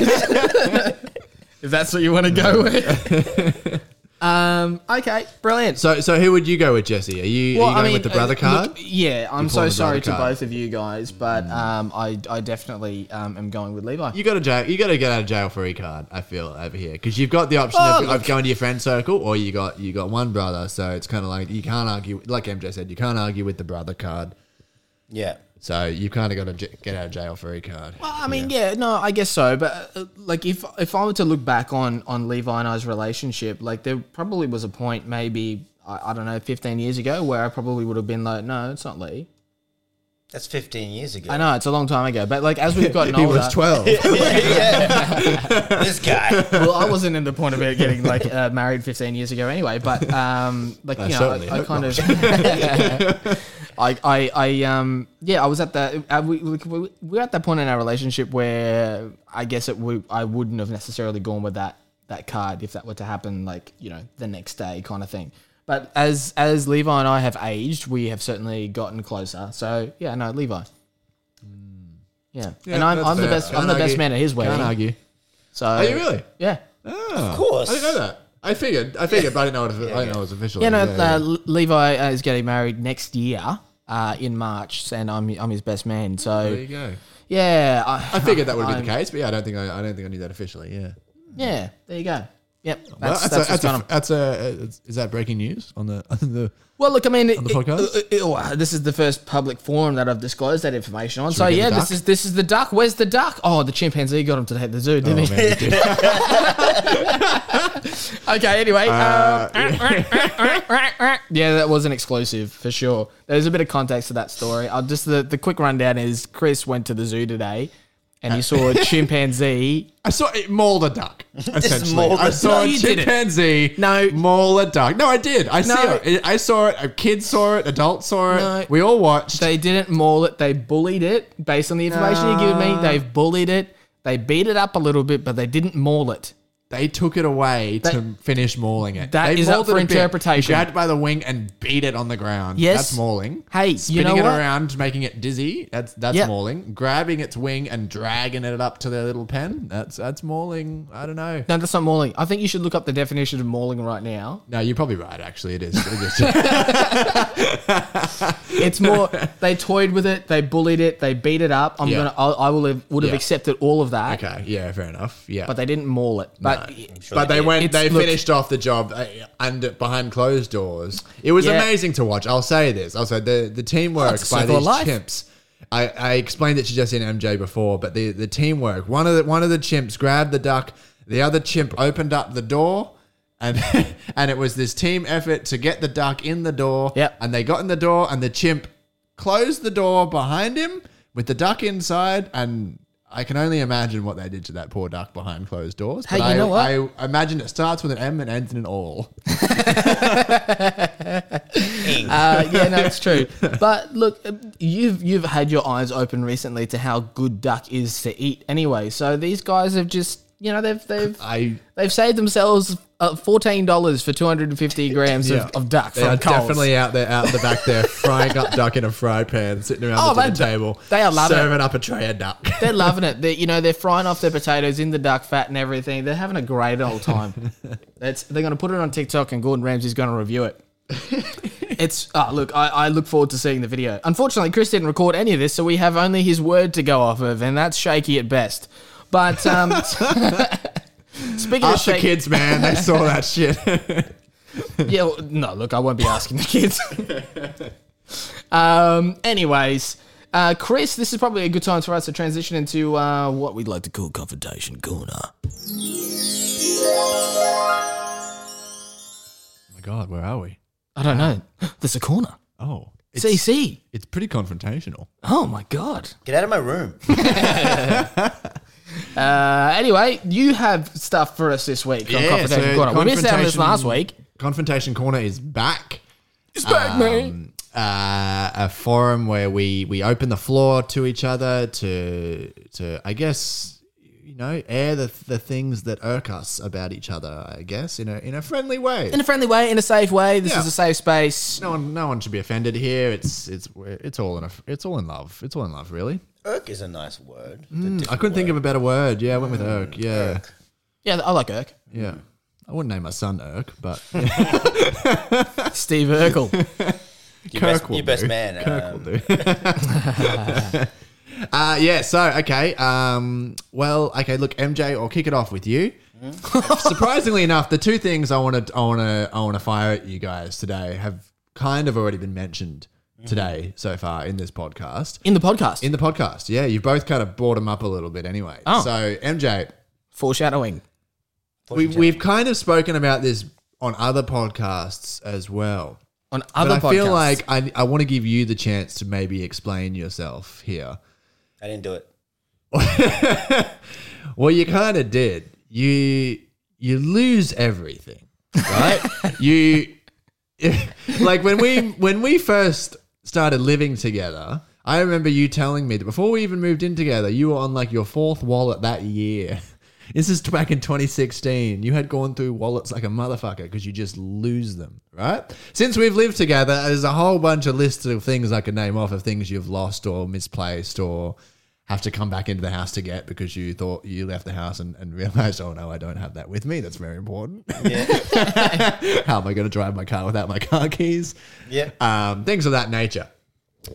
if that's what you want to go with. <laughs> um. Okay. Brilliant. So, so who would you go with, Jesse? Are you, are you going with the brother uh, card? look, yeah, I'm You're so pulling the sorry brother to card. Mm. both of you guys, but um, I, I definitely um, am going with Levi. You got to jail. You got to get out of jail free card. I feel over here because you've got the option Oh, of, of going to your friend circle, or you got you got one brother. So it's kind of like you can't argue. Like MJ said, you can't argue with the brother card. yeah. So you kind of got to j- get out of jail free card. Well, I mean, yeah. no, I guess so. But uh, like, if if I were to look back on on Levi and I's relationship, like there probably was a point, maybe I, I don't know, fifteen years ago, where I probably would have been like, no, it's not Lee. That's 15 years ago. <laughs> I know it's a long time ago, but like as <laughs> we've gotten he older, was twelve. <laughs> This guy. well, I wasn't in the point of it getting like uh, married 15 years ago anyway, but um, like, you know, certainly I, I hope kind of, <laughs> I, I, I, um, yeah, I was at that, uh, we, we, we we're at that point in our relationship where I guess it would, I wouldn't have necessarily gone with that, that card if that were to happen, like, you know, the next day kind of thing. But as, as Levi and I have aged, we have certainly gotten closer. So yeah, no, Levi. Yeah. and I'm, that's I'm the fair. best, I'm Can't the best argue. man at his wedding. Can't argue. So Are you really? yeah. Of course. Oh. I didn't know that. I figured. I figured, but I didn't know it. was- I didn't know it was official. Yeah, no, uh, Le- Levi uh, is getting married next year uh, in March, and I'm I'm his best man. There So you go. yeah, I, I figured that would be the <laughs> I'm- case, but yeah, I don't think I, I don't think I knew that officially. Yeah. Yeah, there you go. Yep, that's, Well, that's, what's that's, going on. a, that's, a, that's a- is that breaking news on the on <laughs> the Well, look, I mean, the podcast? it- it- oh, this is the first public forum that I've disclosed that information on. so we get yeah, the this duck? is this is the duck. Where's the duck? Oh, the chimpanzee got him to take the zoo, didn't he? oh, man, you did. <laughs> okay, anyway. Uh, um, yeah. that was an exclusive for sure. There's a bit of context to that story. I'll just the, the quick rundown is Chris went to the zoo today and <laughs> he saw a chimpanzee. I saw it mauled a <laughs> duck. Essentially, mauled I a saw duck. No, a you didn't. chimpanzee. No. maul a duck. No, I did. I No. saw it. I saw it. A kid saw it. Adults saw it. No. We all watched. They didn't maul it, they bullied it. Based on the information you give Ah. me, they've bullied it. They beat it up a little bit, but they didn't maul it. They took it away That- to finish mauling it. That they is up mauled it for a bit, interpretation. grabbed by the wing and beat it on the ground. Yes. that's mauling. Hey, you spinning know it what? around, making it dizzy. That's that's Yep. mauling. Grabbing its wing and dragging it up to their little pen. That's that's mauling. I don't know. No, that's not mauling. I think you should look up the definition of mauling right now. No, you're probably right. Actually, it is. <laughs> It's more they toyed with it, they bullied it, they beat it up. I'm Yeah. gonna, I, I will have, would have Yeah. accepted all of that. <laughs> okay. Yeah. Fair enough. Yeah. but they didn't maul it. But but they went. It's- They look- finished off the job uh, under behind closed doors. It was Yeah. amazing to watch. I'll say this. I'll say the the teamwork it's a by circle of these life. chimps. I, I explained it to Jesse and MJ before, but the, the teamwork. One of the one of the chimps grabbed the duck. The other chimp opened up the door, and <laughs> and it was this team effort to get the duck in the door. Yep. And they got in the door, and the chimp closed the door behind him with the duck inside, and I can only imagine what they did to that poor duck behind closed doors. Hey, But you I, know what? I imagine it starts with an M and ends in an all. uh, yeah, no, <laughs> it's true. But look, you've you've had your eyes open recently to how good duck is to eat. Anyway, so these guys have just you know they've they've I they've saved themselves uh, fourteen dollars for two hundred and fifty grams Yeah. <laughs> of, of duck they from are Coles. definitely out there, out the back there, frying up duck in a fry pan, sitting around Oh, the dinner they- table. they are loving it. serving up a tray of <laughs> duck. They're loving it. They, you know, they're frying off their potatoes in the duck fat and everything. They're having a <laughs> great old time. That's, they're going to put it on TikTok, and Gordon Ramsay's going to review it. It's ah look, I, I look forward to seeing the video. Unfortunately, Chris didn't record any of this, so we have only his word to go off of, and that's shaky at best. But um, <laughs> speaking of Ask the shaky, kids, man. They saw that <laughs> shit. Oh yeah, well, no, look, I won't be asking the <laughs> kids. um, anyways, uh, Chris, this is probably a good time for us to transition into uh, what we'd like to call confrontation corner. my God, where are we? I don't know. <gasps> There's a corner. Oh, it's, CC. it's pretty confrontational. Oh my god. Get out of my room. Uh, anyway, you have stuff for us this week. on confrontation so corner. We missed out on this last week. Confrontation Corner is back. It's back, man. Um, uh, a forum where we we open the floor to each other to to I guess you know air the the things that irk us about each other. I guess in a in a friendly way. in a friendly way, in a safe way. This Yeah. is a safe space. no one, no one should be offended here. It's, it's, it's all in a, it's all in love. It's all in love, really. Irk is a nice word. Mm, I couldn't think of a better word. Yeah, I went with irk. Yeah, Yeah, I <laughs> like Irk. yeah. I wouldn't name my son irk, but Steve <laughs> Urkel. Your Kirk best, will your best do. man. Kirk um, will do. uh, yeah. So okay. Um, well, okay. Look, MJ, I'll kick it off with you. Mm-hmm. <laughs> Surprisingly enough, the two things I want to I want to I want to fire at you guys today have kind of already been mentioned Mm-hmm. today so far in this podcast. In the podcast. In the podcast, yeah, you both kind of brought them up a little bit anyway. Oh. So MJ, Foreshadowing. we, we've kind of spoken about this on other podcasts as well. On other but I podcasts. feel like I, I want to give you the chance to maybe explain yourself here. I didn't do it. Well, you kind of did. You you lose everything, right? you <laughs> like when we when we first started living together. I remember you telling me that before we even moved in together, you were on like your fourth wallet that year. <laughs> This is back in 2016. You had gone through wallets like a motherfucker because you just lose them, right? Since we've lived together, there's a whole bunch of lists of things I could name off of things you've lost or misplaced or have to come back into the house to get because you thought you left the house and, and realized, oh no, I don't have that with me. That's very important. <laughs> How am I going to drive my car without my car keys? <laughs> Yeah. Um, things of that nature.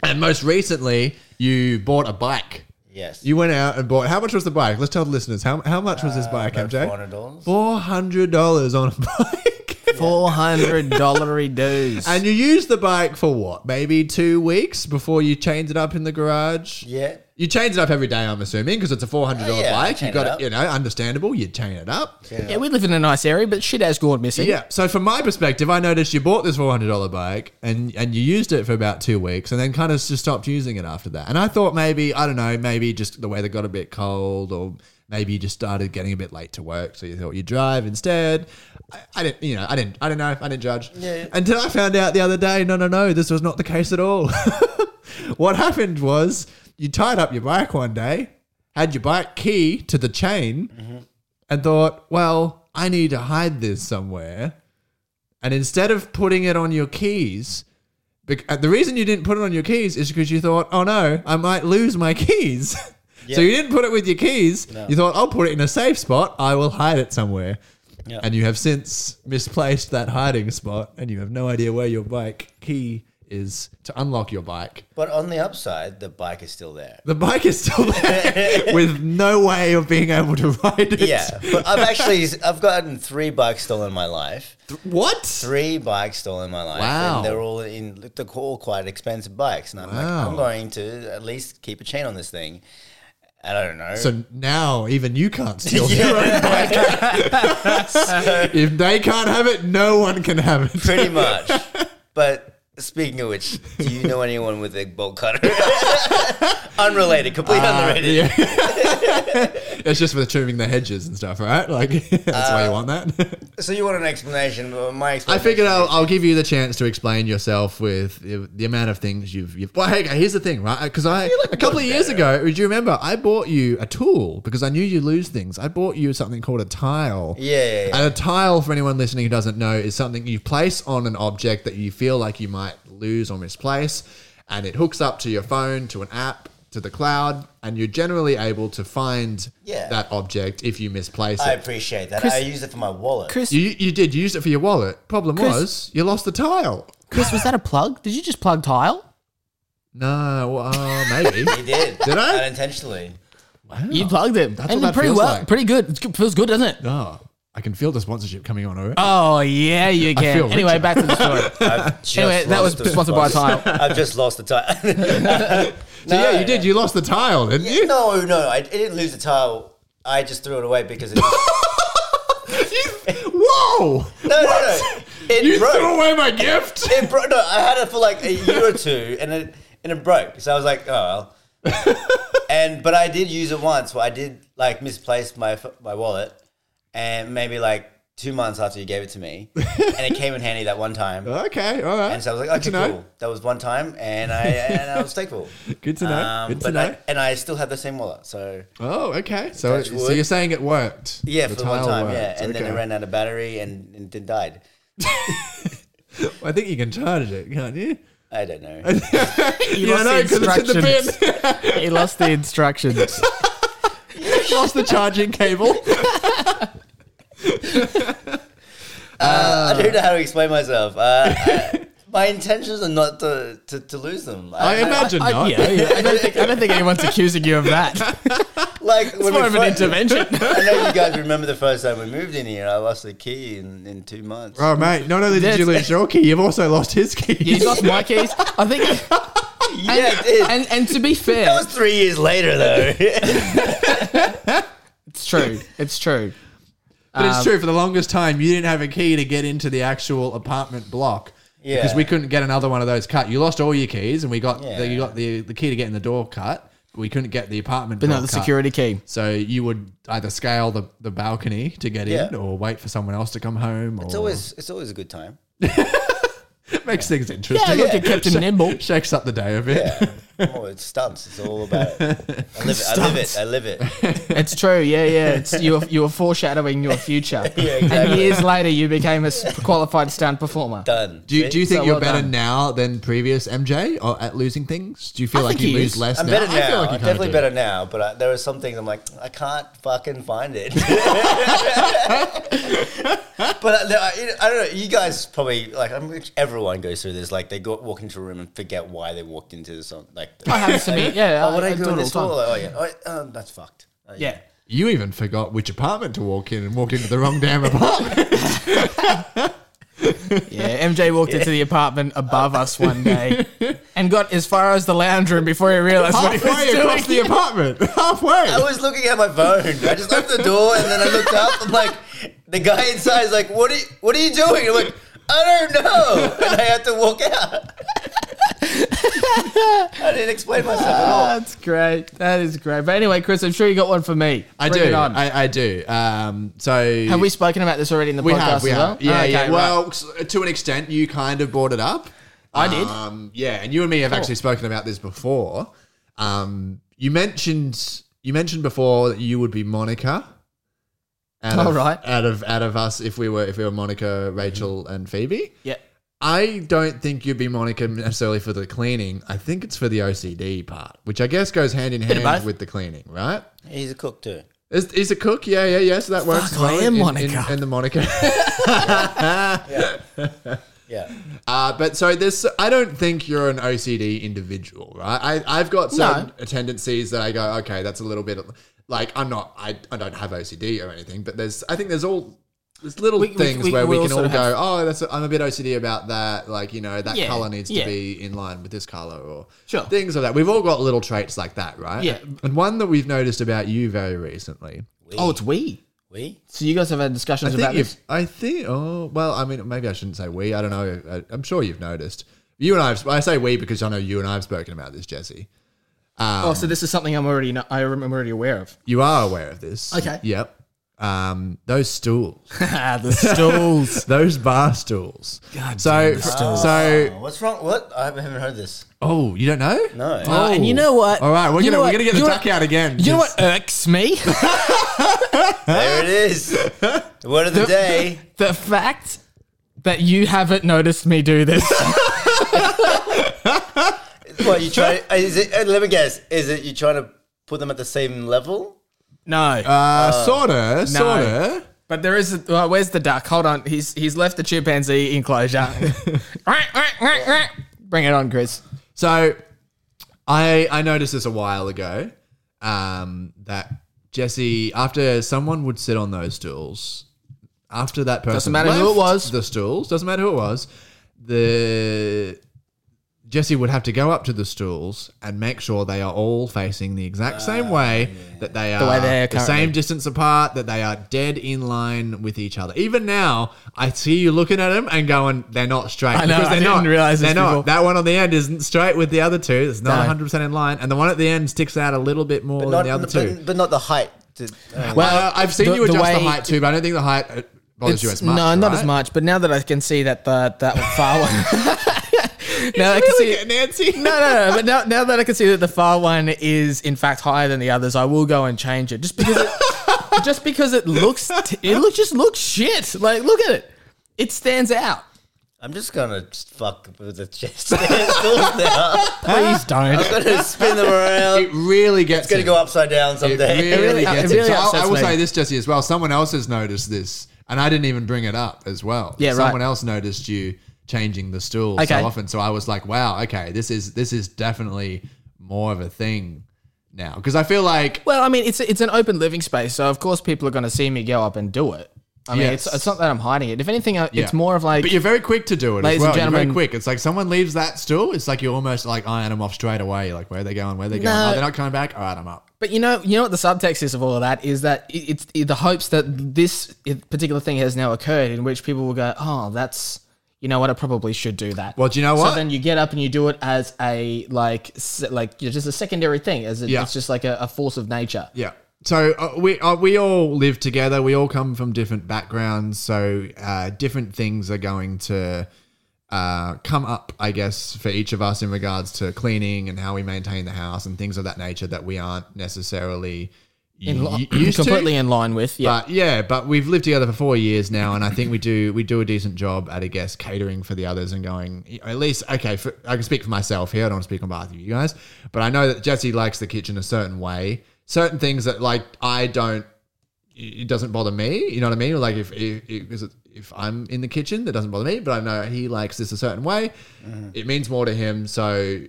And most recently, you bought a bike. Yes. You went out and bought. How much was the bike? Let's tell the listeners. How, how much was this Uh, bike, MJ? $400. $400 on a <laughs> bike. <laughs> four hundred dollary dues. and you used the bike for what? Maybe two weeks before you chained it up in the garage? Yeah. You change it up every day, I'm assuming, because it's a four hundred dollar Oh, yeah, I bike. You chain it got up. it, you know, understandable. You chain it up. Yeah. yeah, we live in a nice area, but shit has gone missing. So from my perspective, I noticed you bought this four hundred dollar bike and and you used it for about two weeks, and then kind of just stopped using it after that. And I thought maybe I don't know, maybe just the weather got a bit cold, or maybe you just started getting a bit late to work, so you thought you'd drive instead. I, I didn't, you know, I didn't, I don't know, I didn't judge. Yeah. Until I found out the other day, no, no, no, this was not the case at all. <laughs> what happened was you tied up your bike one day, had your bike key to the chain, and thought, well, I need to hide this somewhere. And instead of putting it on your keys, bec- uh, the reason you didn't put it on your keys is because you thought, oh no, I might lose my keys. <laughs> so you didn't put it with your keys. You thought, I'll put it in a safe spot. I will hide it somewhere. And you have since misplaced that hiding spot and you have no idea where your bike key is to unlock your bike. But on the upside, the bike is still there. The bike is still there with no way of being able to ride it. Yeah, but <laughs> I've actually I've gotten three bikes stolen in my life. What? Three bikes stolen in my life, Wow. and they're all in they're all quite expensive bikes. And I'm like, I'm Wow. going to at least keep a chain on this thing. I don't know. <laughs> So now even you can't steal your own bike. if they can't have it, no one can have it. pretty much. but speaking of which, do you know anyone with a bolt cutter? <laughs> unrelated, completely unrelated. Uh, Yeah. it's just for trimming the hedges and stuff, right? Like <laughs> that's why you want that. <laughs> So you want an explanation? but My I explanation. figured I'll, I'll give you the chance to explain yourself with the, the amount of things you've. you've well, hey, here's the thing, right? Because I, a couple of years ago, do you remember? I bought you a tool because I knew you lose things. I bought you something called a tile. Yeah, yeah, yeah. And a tile, for anyone listening who doesn't know, is something you place on an object that you feel like you might lose or misplace, and it hooks up to your phone, to an app, to the cloud, and you're generally able to find Yeah. that object if you misplace I it. appreciate that. I use it for my wallet. Chris, You, you did. You used it for your wallet. Problem Chris- was, you lost the tile. Chris, was that a plug? Did you just plug tile? No, uh, <laughs> maybe. He did. <laughs> Did I? Unintentionally. You plugged him. That's and what that pretty feels well, like. pretty good. It's good. Feels good, doesn't it? oh, I can feel the sponsorship coming on already. Oh yeah, feel you can. Anyway, richer. back to <laughs> the story. I've just anyway, that was lost the <laughs> sponsored by sponsor. Tile. I've just lost the tile. <laughs> so yeah, you did. You lost the tile, didn't you? <laughs> no, no, I, I didn't lose the tile. I just threw it away because it. no, Whoa! no, no. It You broke. threw away my gift. It broke. No, I had it for like a year or two, and it and it broke. So I was like, oh. well. <laughs> and but I did use it once. Where I did like misplace my ph- my wallet, and maybe like two months after you gave it to me, and it came in handy that one time. Okay, <laughs> all right. And so I was Good like, to okay, know. cool. That was one time, and I and I was thankful. <laughs> Um, Good to know. Good to but know. I, and I still have the same wallet. So oh, okay. So, Touch it- so wood. you're saying it worked? yeah, for the one tile time, worked, yeah. And then okay. it ran out of battery and, and it died. I think you can charge it, <laughs> can't you? I don't <laughs> know. You Yeah, I know, 'cause it's in the bin. <laughs> he lost the instructions. <laughs> lost the charging cable. I don't know how to explain myself. Uh, <laughs> I- my intentions are not to to, to lose them. I imagine I, not. yeah, yeah. I, don't think, I don't think anyone's accusing you of that. like It's when more we of an first- intervention. <laughs> I know you guys remember the first time we moved in here. I lost the key in, in two months. Oh mate, not only did you lose your key, you've also lost his key. <laughs> He's lost my keys. I think, yeah, it is. and and to be that fair, was three years later though. <laughs> it's true. It's Oh, true. But it's Um, true. For the longest time, you didn't have a key to get into the actual apartment block. Yeah. Because we couldn't get another one of those cut. You lost all your keys, and we got Yeah. the, you got the the key to get in the door cut. But we couldn't get the apartment. But block not the cut. security key. So you would either scale the, the balcony to get in, Yeah. or wait for someone else to come home. Or It's always it's always a good time. <laughs> it makes things Yeah, interesting. look at Captain Nimble. <laughs> Shakes up the day a bit. Oh, it's stunts. It's all about it. I live it. I live it. I live it. It's true. Yeah, yeah. It's you. Were, you were foreshadowing your future. <laughs> Yeah, And exactly. years later, you became a s- qualified stunt performer. Done. Do you, do you think So you're well better done. now than previous MJ or at losing things? Do you feel I like think you he lose is. less I'm now? better now. I feel like you I'm kinda definitely do. better now, but I, there are some things I'm like, I can't fucking find it. but uh, I, I, I don't know. You guys probably like. I'm, everyone goes through this. Like they go walk into a room and forget why they walked into this. Like I have to admit, yeah. <laughs> oh, what I, I, I do do it in all the this hall? time. Oh yeah. Oh, um, that's fucked. Oh, Yeah. You even forgot which apartment to walk in and walked into the wrong <laughs> damn apartment. Yeah, MJ walked into the apartment above us one day and got as far as the lounge room before he realized what he Halfway was doing. across the apartment. <laughs> I Halfway. was looking at my phone. I just opened the door and then I looked up. I'm like, the guy inside is like, "What are you, What are you doing?" I'm like, "I don't know," and I had to walk out. I didn't explain myself at all. That's great. That is great. But anyway, Chris, I'm sure you got one for me. I Bring do. It on. I, I do. Um, so have we spoken about this already in the We podcast have. We as have. well? Yeah, Okay, yeah. right. Well, s- to an extent, you kind of brought it up. I did. Um, yeah, and you and me have actually spoken about this before. Um, you mentioned you mentioned before that you would be Monica. Out All of, right. Mm-hmm. Out of out of us, if we were if we were Monica, Rachel, and Phoebe. yeah. I don't think you'd be Monica necessarily for the cleaning. I think it's for the OCD part, which I guess goes hand in of hand both. with the cleaning, right? He's a cook too. Is, is a cook? Yeah, yeah, yeah. So that works. as Fuck, well I in- am in- Monica. in the <laughs> Monica. Yeah. Uh, but so this, I don't think you're an OCD individual, right? I, I've got certain tendencies that I go, okay, that's a little bit like I'm not, I, I don't have OCD or anything, but there's, I think there's all there's little We- we- things we- where we we, all can all sort go, of have- oh, that's, I'm a bit OCD about that. Like, you know, that Yeah, color needs yeah. to be in line with this color or Sure. things like that. We've all got little traits like that, right? Yeah. And one that we've noticed about you very recently. Oh, it's we. We? So you guys have had discussions I about think this. you've, I think. Oh well, I mean, maybe I shouldn't say we. I don't know. I, I'm sure you've noticed. You and I. Have, I say we because I know you and I have spoken about this, Jesse. oh, so this is something I'm already kno- I am already aware of. You are aware of this. Okay. Yep. Um, those stools, <laughs> the <laughs> stools. those bar stools. God so, so. Oh, What's wrong? What? I haven't heard this. Oh, you don't know? No. Oh. and you know what? All right, we're You gonna know we're what? gonna get You the know duck what? out again. You know Just- what irks me? There it is. The word of the day. the fact that you haven't noticed me do this. What you try? Is it? uh, Let me guess. Is it you trying to put them at the same level? <laughs> No. Uh, sorta, sorta. Uh, But there is. A, uh, where's the duck? Hold on. He's he's left the chimpanzee <laughs> enclosure. Bring it on, Chris. So I I noticed this a while ago um, that Jesse after someone would sit on those stools after that person matter who left it was. the stools doesn't matter who it was the Jesse would have to go up to the stools and make sure they are all facing the exact same way that they are Ah, way they are the currently. same distance apart that they are dead in line with each other. Even now, I see you looking at them and going, "They're not straight." I know, Because I they're didn't not. realize this they're not. before. That one on the end isn't straight with the other two. It's not No. 100 percent in line, and the one at the end sticks out a little bit more But than not, the other two. but, but not the height. To, uh, well, I've seen the- you the adjust the, way- height too, but I don't think the height uh, bothers you It's- as much. no, not as right? much. But now that I can see that the that far one. <laughs> now I can see. Nancy. No, no, no. But now, now that I can see that the far one is in fact higher than the others, I will go and change it just because it, <laughs> just because it looks t- it look, just looks shit. Like look at it, it stands out. I'm just gonna just fuck with the chest. <laughs> now. Please don't. <laughs> I'm gonna spin them around. It really gets. It's gonna him. go upside down It someday. really, gets <laughs> it him. really So I'll- I upsets will me. say this, Jesse, as well. Someone else has noticed this, and I didn't even bring it up as well. Yeah, right. Someone else noticed you changing the stool Okay. so often, so I was like, "Wow, okay, this is this is definitely more of a thing now." Because I feel like Well, I mean, it's it's an open living space, so of course people are going to see me go up and do it. I mean, Yes. it's, it's not that I'm hiding it. If anything, I- yeah. it's more of like but you're very quick to do it as Ladies and well. You're gentlemen- very quick. It's like someone leaves that stool. It's like you almost like iron them off straight away. You're like, "Where are they going? Where are they going? No. Oh, they're not coming back. All right, I'm up." But you know, you know what the subtext is of all of that is that it- it's it- the hopes that this particular thing has now occurred, in which people will go, "Oh, that's you know what, I probably should do that." Well, do you know so what? then you get up and you do it as a like se- like you know, just a secondary thing, as it, Yeah. it's just like a, a force of nature. Yeah. So uh, we uh, we all live together. We all come from different backgrounds, so uh, different things are going to uh, come up, I guess, for each of us in regards to cleaning and how we maintain the house and things of that nature that we aren't necessarily In y- li- used completely to. in line with yeah. But yeah, but we've lived together for four years now, and I think we do we do a decent job at, I guess, catering for the others and going at least okay. For, I can speak for myself here. I don't want to speak on behalf of you guys, but I know that Jesse likes the kitchen a certain way. Certain things that like I don't, it doesn't bother me. You know what I mean? Like if if if, if I'm in the kitchen, that doesn't bother me. But I know he likes this a certain way. It means more to him, so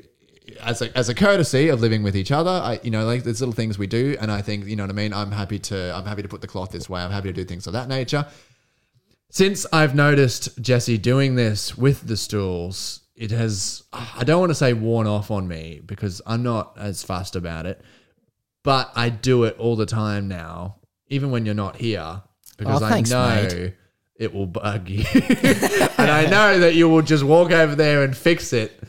as a, as a courtesy of living with each other, I, you know, like there's little things we do, and I think you know what I mean. I'm happy to I'm happy to put the cloth this way. I'm happy to do things of that nature. Since I've noticed Jesse doing this with the stools, it has I don't want to say worn off on me because I'm not as fussed about it, but I do it all the time now, even when you're not here, because Oh, I thanks, know. mate. It will bug you. <laughs> and I know that you will just walk over there and fix it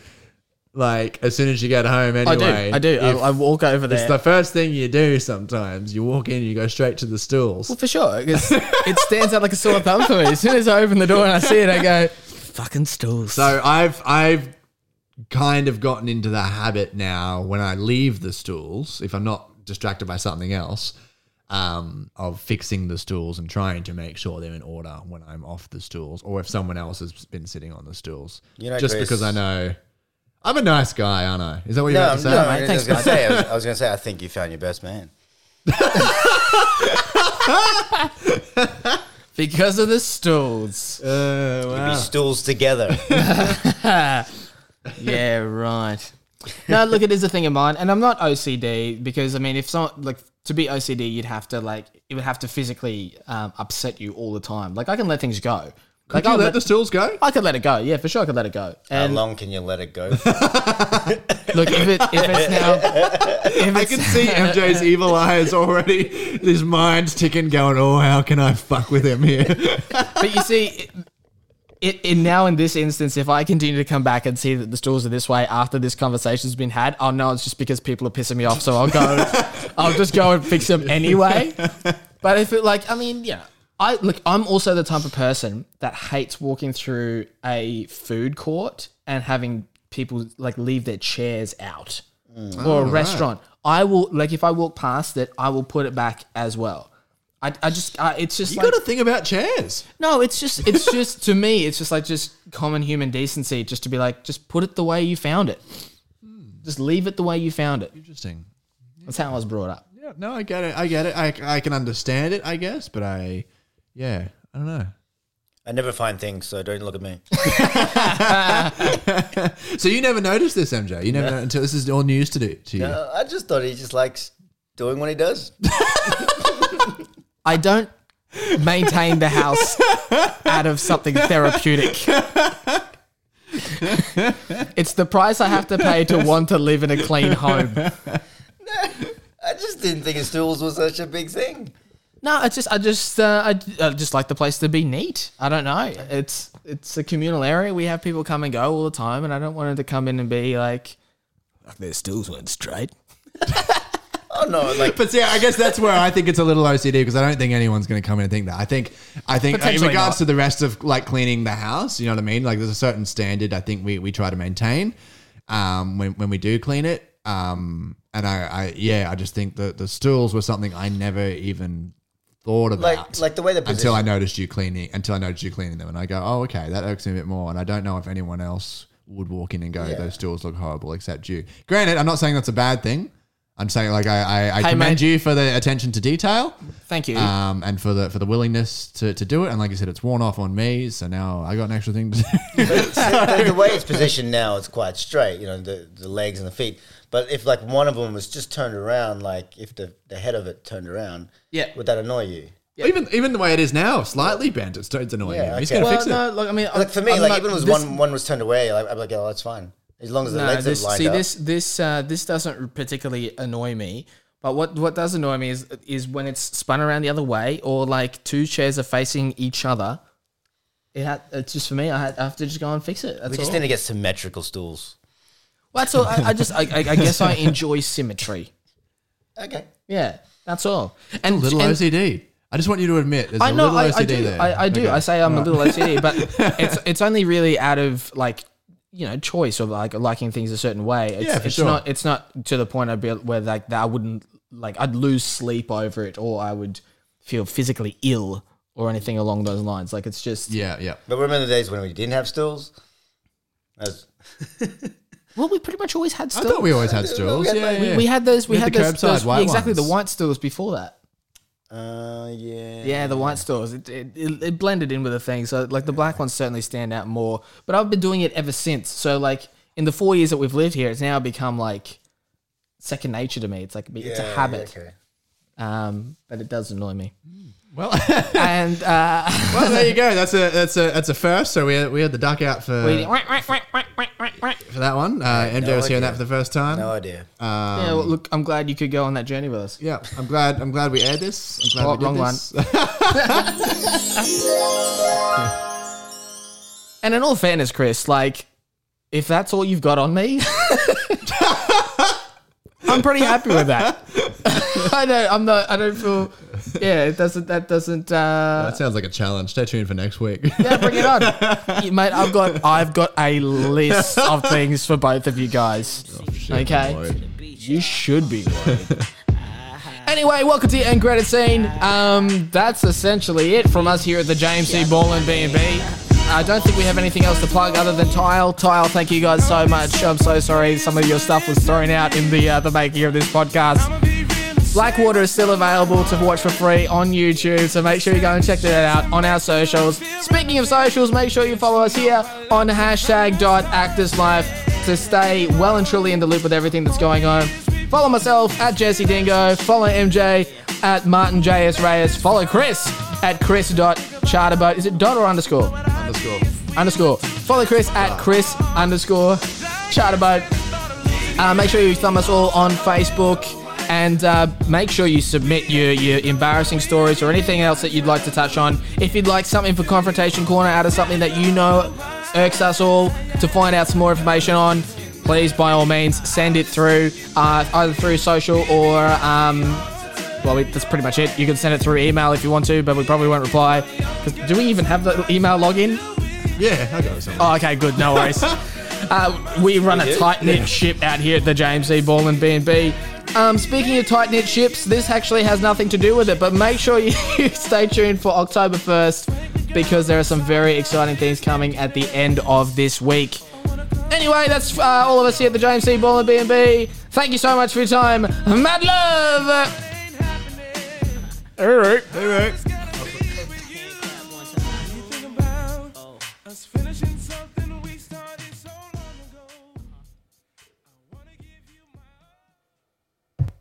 like as soon as you get home I do, anyway. I do. I, If- I walk over there. it's the first thing you do sometimes. You walk in, you go straight to the stools. Well, for sure, 'cause it stands out like a sore thumb for me. As soon as I open the door and I see it, I go, "Fucking stools." So I've I've kind of gotten into the habit now when I leave the stools, if I'm not distracted by something else, um, of fixing the stools and trying to make sure they're in order when I'm off the stools, or if someone else has been sitting on the stools. You know, just Chris- because I know I'm a nice guy, aren't I? Is that what you're about to <laughs> say? no, I Thanks, was gonna say, I was, I was gonna say, I think you found your best man. because of the stools. Uh, wow. We stools <laughs> together. Yeah, right. no, look, it is a thing of mine, and I'm not OCD because I mean, if someone like to be OCD, you'd have to like it would have to physically um, upset you all the time. Like I can let things go. Did like you I'll oh, let let- the stools go? I could let it go. Yeah, for sure, I could let it go. How And long can you let it go? For? look, if it if it's <laughs> now, if I it's, can see MJ's evil eyes already. His mind's ticking, going, "Oh, how can I fuck with him here?" <laughs> but you see. It, it, it, now in this instance, if I continue to come back and see that the stools are this way after this conversation's been had, I'll know it's just because people are pissing me off. So I'll go, I'll just go and fix them anyway. But if it like, I mean, yeah, I look. I'm also the type of person that hates walking through a food court and having people like leave their chairs out or a restaurant. I will like if I walk past it, I will put it back as well. I, I just I, it's just You like, got to think about chairs. no, it's just it's just to me, it's just like just common human decency, just to be like, just put it the way you found it. Just leave it the way you found it. Interesting. That's how I was brought up. Yeah, no, I get it. I get it. I, I can understand it, I guess, but I Yeah, I don't know. I never find things, so don't look at <laughs> me. So you never noticed this, MJ. You never know until this is all news to do to you. Uh, I just thought he just likes doing what he does. I don't maintain the house out of something therapeutic. it's the price I have to pay to want to live in a clean home. I just didn't think his tools was such a big thing. No, it's just I just uh, I, I just like the place to be neat. I don't know. It's it's a communal area. We have people come and go all the time, and I don't want it to come in and be like. Their stools weren't straight. Oh no, like But see, I guess that's where I think it's a little OCD because I don't think anyone's going to come in and think that. I think, I think, uh, in Potentially regards not. to the rest of like cleaning the house, you know what I mean? Like, there's a certain standard I think we we try to maintain um, when when we do clean it. Um, and I, I, yeah, I just think that the stools were something I never even thought about. Like- like the way they're until I positioned. noticed you cleaning until I noticed you cleaning them, and I go, oh, okay, that irks me a bit more. And I don't know if anyone else would walk in and go, those stools look horrible, except you. Granted, I'm not saying that's a bad thing. I'm saying like I, I, I Hey, commend mate. you for the attention to detail, Thank you. um, and for the for the willingness to, to do it. And like I said, it's worn off on me, so now I got an extra thing to do. <laughs> the, the way it's positioned now, it's quite straight. You know, the, the legs and the feet. But if like one of them was just turned around, like if the, the head of it turned around, Yeah. would that annoy you? Even even the way it is now, slightly bent, it's, it's annoying. Yeah, him. He's okay. gonna well, fix it. no, look, I mean, Like for me, I'm like not- even if it was this- one one was turned away, like, I'd be like, oh, that's fine. As long as the No, legs this, are lined see up. this this uh, this doesn't particularly annoy me. But what what does annoy me is is when it's spun around the other way or like two chairs are facing each other. It ha it's just for me. I, had, I have to just go and fix it. That's we all. just need to get symmetrical stools. Well, that's all. I, I just I, I, I guess I enjoy symmetry. <laughs> Okay. Yeah, that's all. And little and, OCD. I just want you to admit there's a I know, little I, OCD I do. there. I, I do. Okay. I say I'm a little OCD, but <laughs> it's it's only really out of like you know choice or like liking things a certain way. It's, Yeah, for it's sure. not it's not to the point I'd be where like that I wouldn't like I'd lose sleep over it or I would feel physically ill or anything along those lines. Like it's just yeah, yeah. But remember the days when we didn't have stools? That was- well, we pretty much always had I stools. thought we always had stools. Yeah, yeah. We had those. We, We had had, the those, curbside those- white exactly ones. the white stools before that. uh, yeah. Yeah, the white stores. It, it, it, it blended in with the thing. So, like, the black ones certainly stand out more. But I've been doing it ever since. So, like, in the four years that we've lived here, it's now become like second nature to me. It's like, it's a habit. Okay. Um, but it does annoy me. Well, <laughs> And, uh, well, Oh, there you go. That's a that's a that's a first. So we had, we had the duck out for for that one. Uh, MJ was hearing idea. that for the first time. No idea. <laughs> yeah, well, look, I'm glad you could go on that journey with us. yeah, I'm glad. I'm glad we aired this. I'm glad Oh, we did wrong this. <laughs> And in all fairness, Chris, like, if that's all you've got on me, <laughs> I'm pretty happy with that. <laughs> I don't, I'm not, I don't feel, yeah, it doesn't, that doesn't, uh, that sounds like a challenge. Stay tuned for next week. yeah, bring it on. Yeah, <laughs> Mate, I've got, I've got a list of things for both of you guys. okay. You should be worried. Anyway, welcome to the Ungraded Scene. Um, that's essentially it from us here at the James C. Ball and B&B. I don't think we have anything else to plug other than Tile. Tile, thank you guys so much. I'm so sorry some of your stuff was thrown out in the uh, the making of this podcast. Blackwater is still available to watch for free on YouTube, so make sure you go and check that out on our socials. Speaking of socials, make sure you follow us here on hashtag.actorslife to stay well and truly in the loop with everything that's going on. Follow myself at Jesse Dingo, follow MJ at Martin JS Reyes, follow Chris at Chris.charterboat. Is it dot or underscore? Underscore. underscore. Follow Chris at Chris underscore Charterboat. Uh, make sure you thumb us all on Facebook and uh, make sure you submit your, your embarrassing stories or anything else that you'd like to touch on. If you'd like something for Confrontation Corner out of something that you know irks us all to find out some more information on, please by all means send it through uh, either through social or um, well, we, that's pretty much it. You can send it through email if you want to, but we probably won't reply. 'Cause Do we even have the email login? <laughs> Yeah, I got something. <laughs> Oh, okay, good. No worries. uh, we run a tight knit ship out here at the James E. Ball and B&B. Um, speaking of tight knit ships, this actually has nothing to do with it, but make sure you <laughs> stay tuned for October 1st because there are some very exciting things coming at the end of this week. Anyway, that's uh, all of us here at the James E. Ball and B&B. Thank you so much for your time. Mad love! All right. Hey, mate.